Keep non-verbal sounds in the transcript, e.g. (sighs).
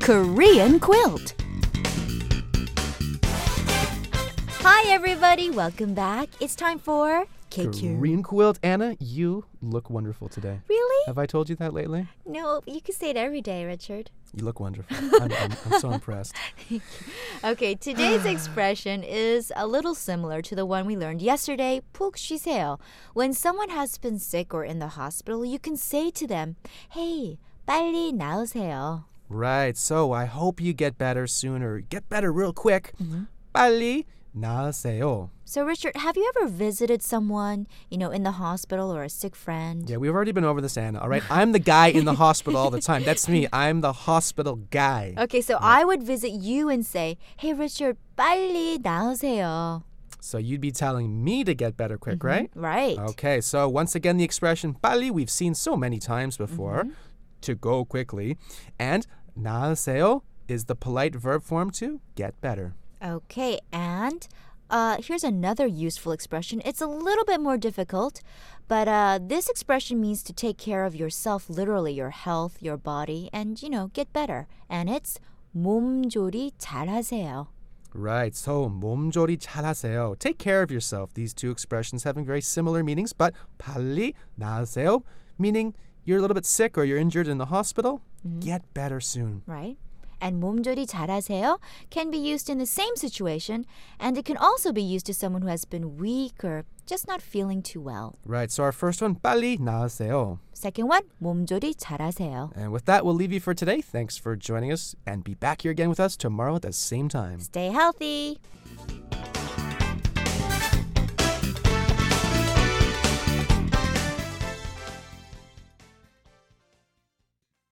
Korean quilt. Hi, everybody. Welcome back. It's time for KQ. Korean quilt. Anna, you look wonderful today. Really? Have I told you that lately? No, you can say it every day, Richard. You look wonderful. I'm, I'm, I'm so impressed. Okay, (sighs) today's expression is a little similar to the one we learned yesterday, 푹 쉬세요. When someone has been sick or in the hospital, you can say to them, "Hey, 빨리 나으세요." Right. So I hope you get better soon or get better real quick. 빨리 나으세요. So, Richard, have you ever visited someone, you know, in the hospital or a sick friend? Yeah, we've already been over this, Anna. All right. I'm the guy in the hospital all the time. That's me. I'm the hospital guy. Okay, so I would visit you and say, "Hey, Richard, 빨리 나오세요." So you'd be telling me to get better quick, right? Right. Okay, so once again, the expression 빨리 we've seen so many times before, to go quickly, and 나으세요 is the polite verb form to get better. Okay, and uh, here's another useful expression. It's a little bit more difficult, but uh, this expression means to take care of yourself, literally your health, your body, and you know, get better. And it's 몸조리 잘하세요. Right, so 몸조리 잘하세요. Take care of yourself. These two expressions having very similar meanings, but 빨리 나으세요 meaning you're a little bit sick or you're injured in the hospital, get better soon. right? And 몸조리 잘하세요 can be used in the same situation, and it can also be used to someone who has been weak or just not feeling too well. Right, so our first one 빨리 나으세요. Second one, 몸조리 잘하세요. And with that, we'll leave you for today. Thanks for joining us, and be back here again with us tomorrow at the same time. Stay healthy.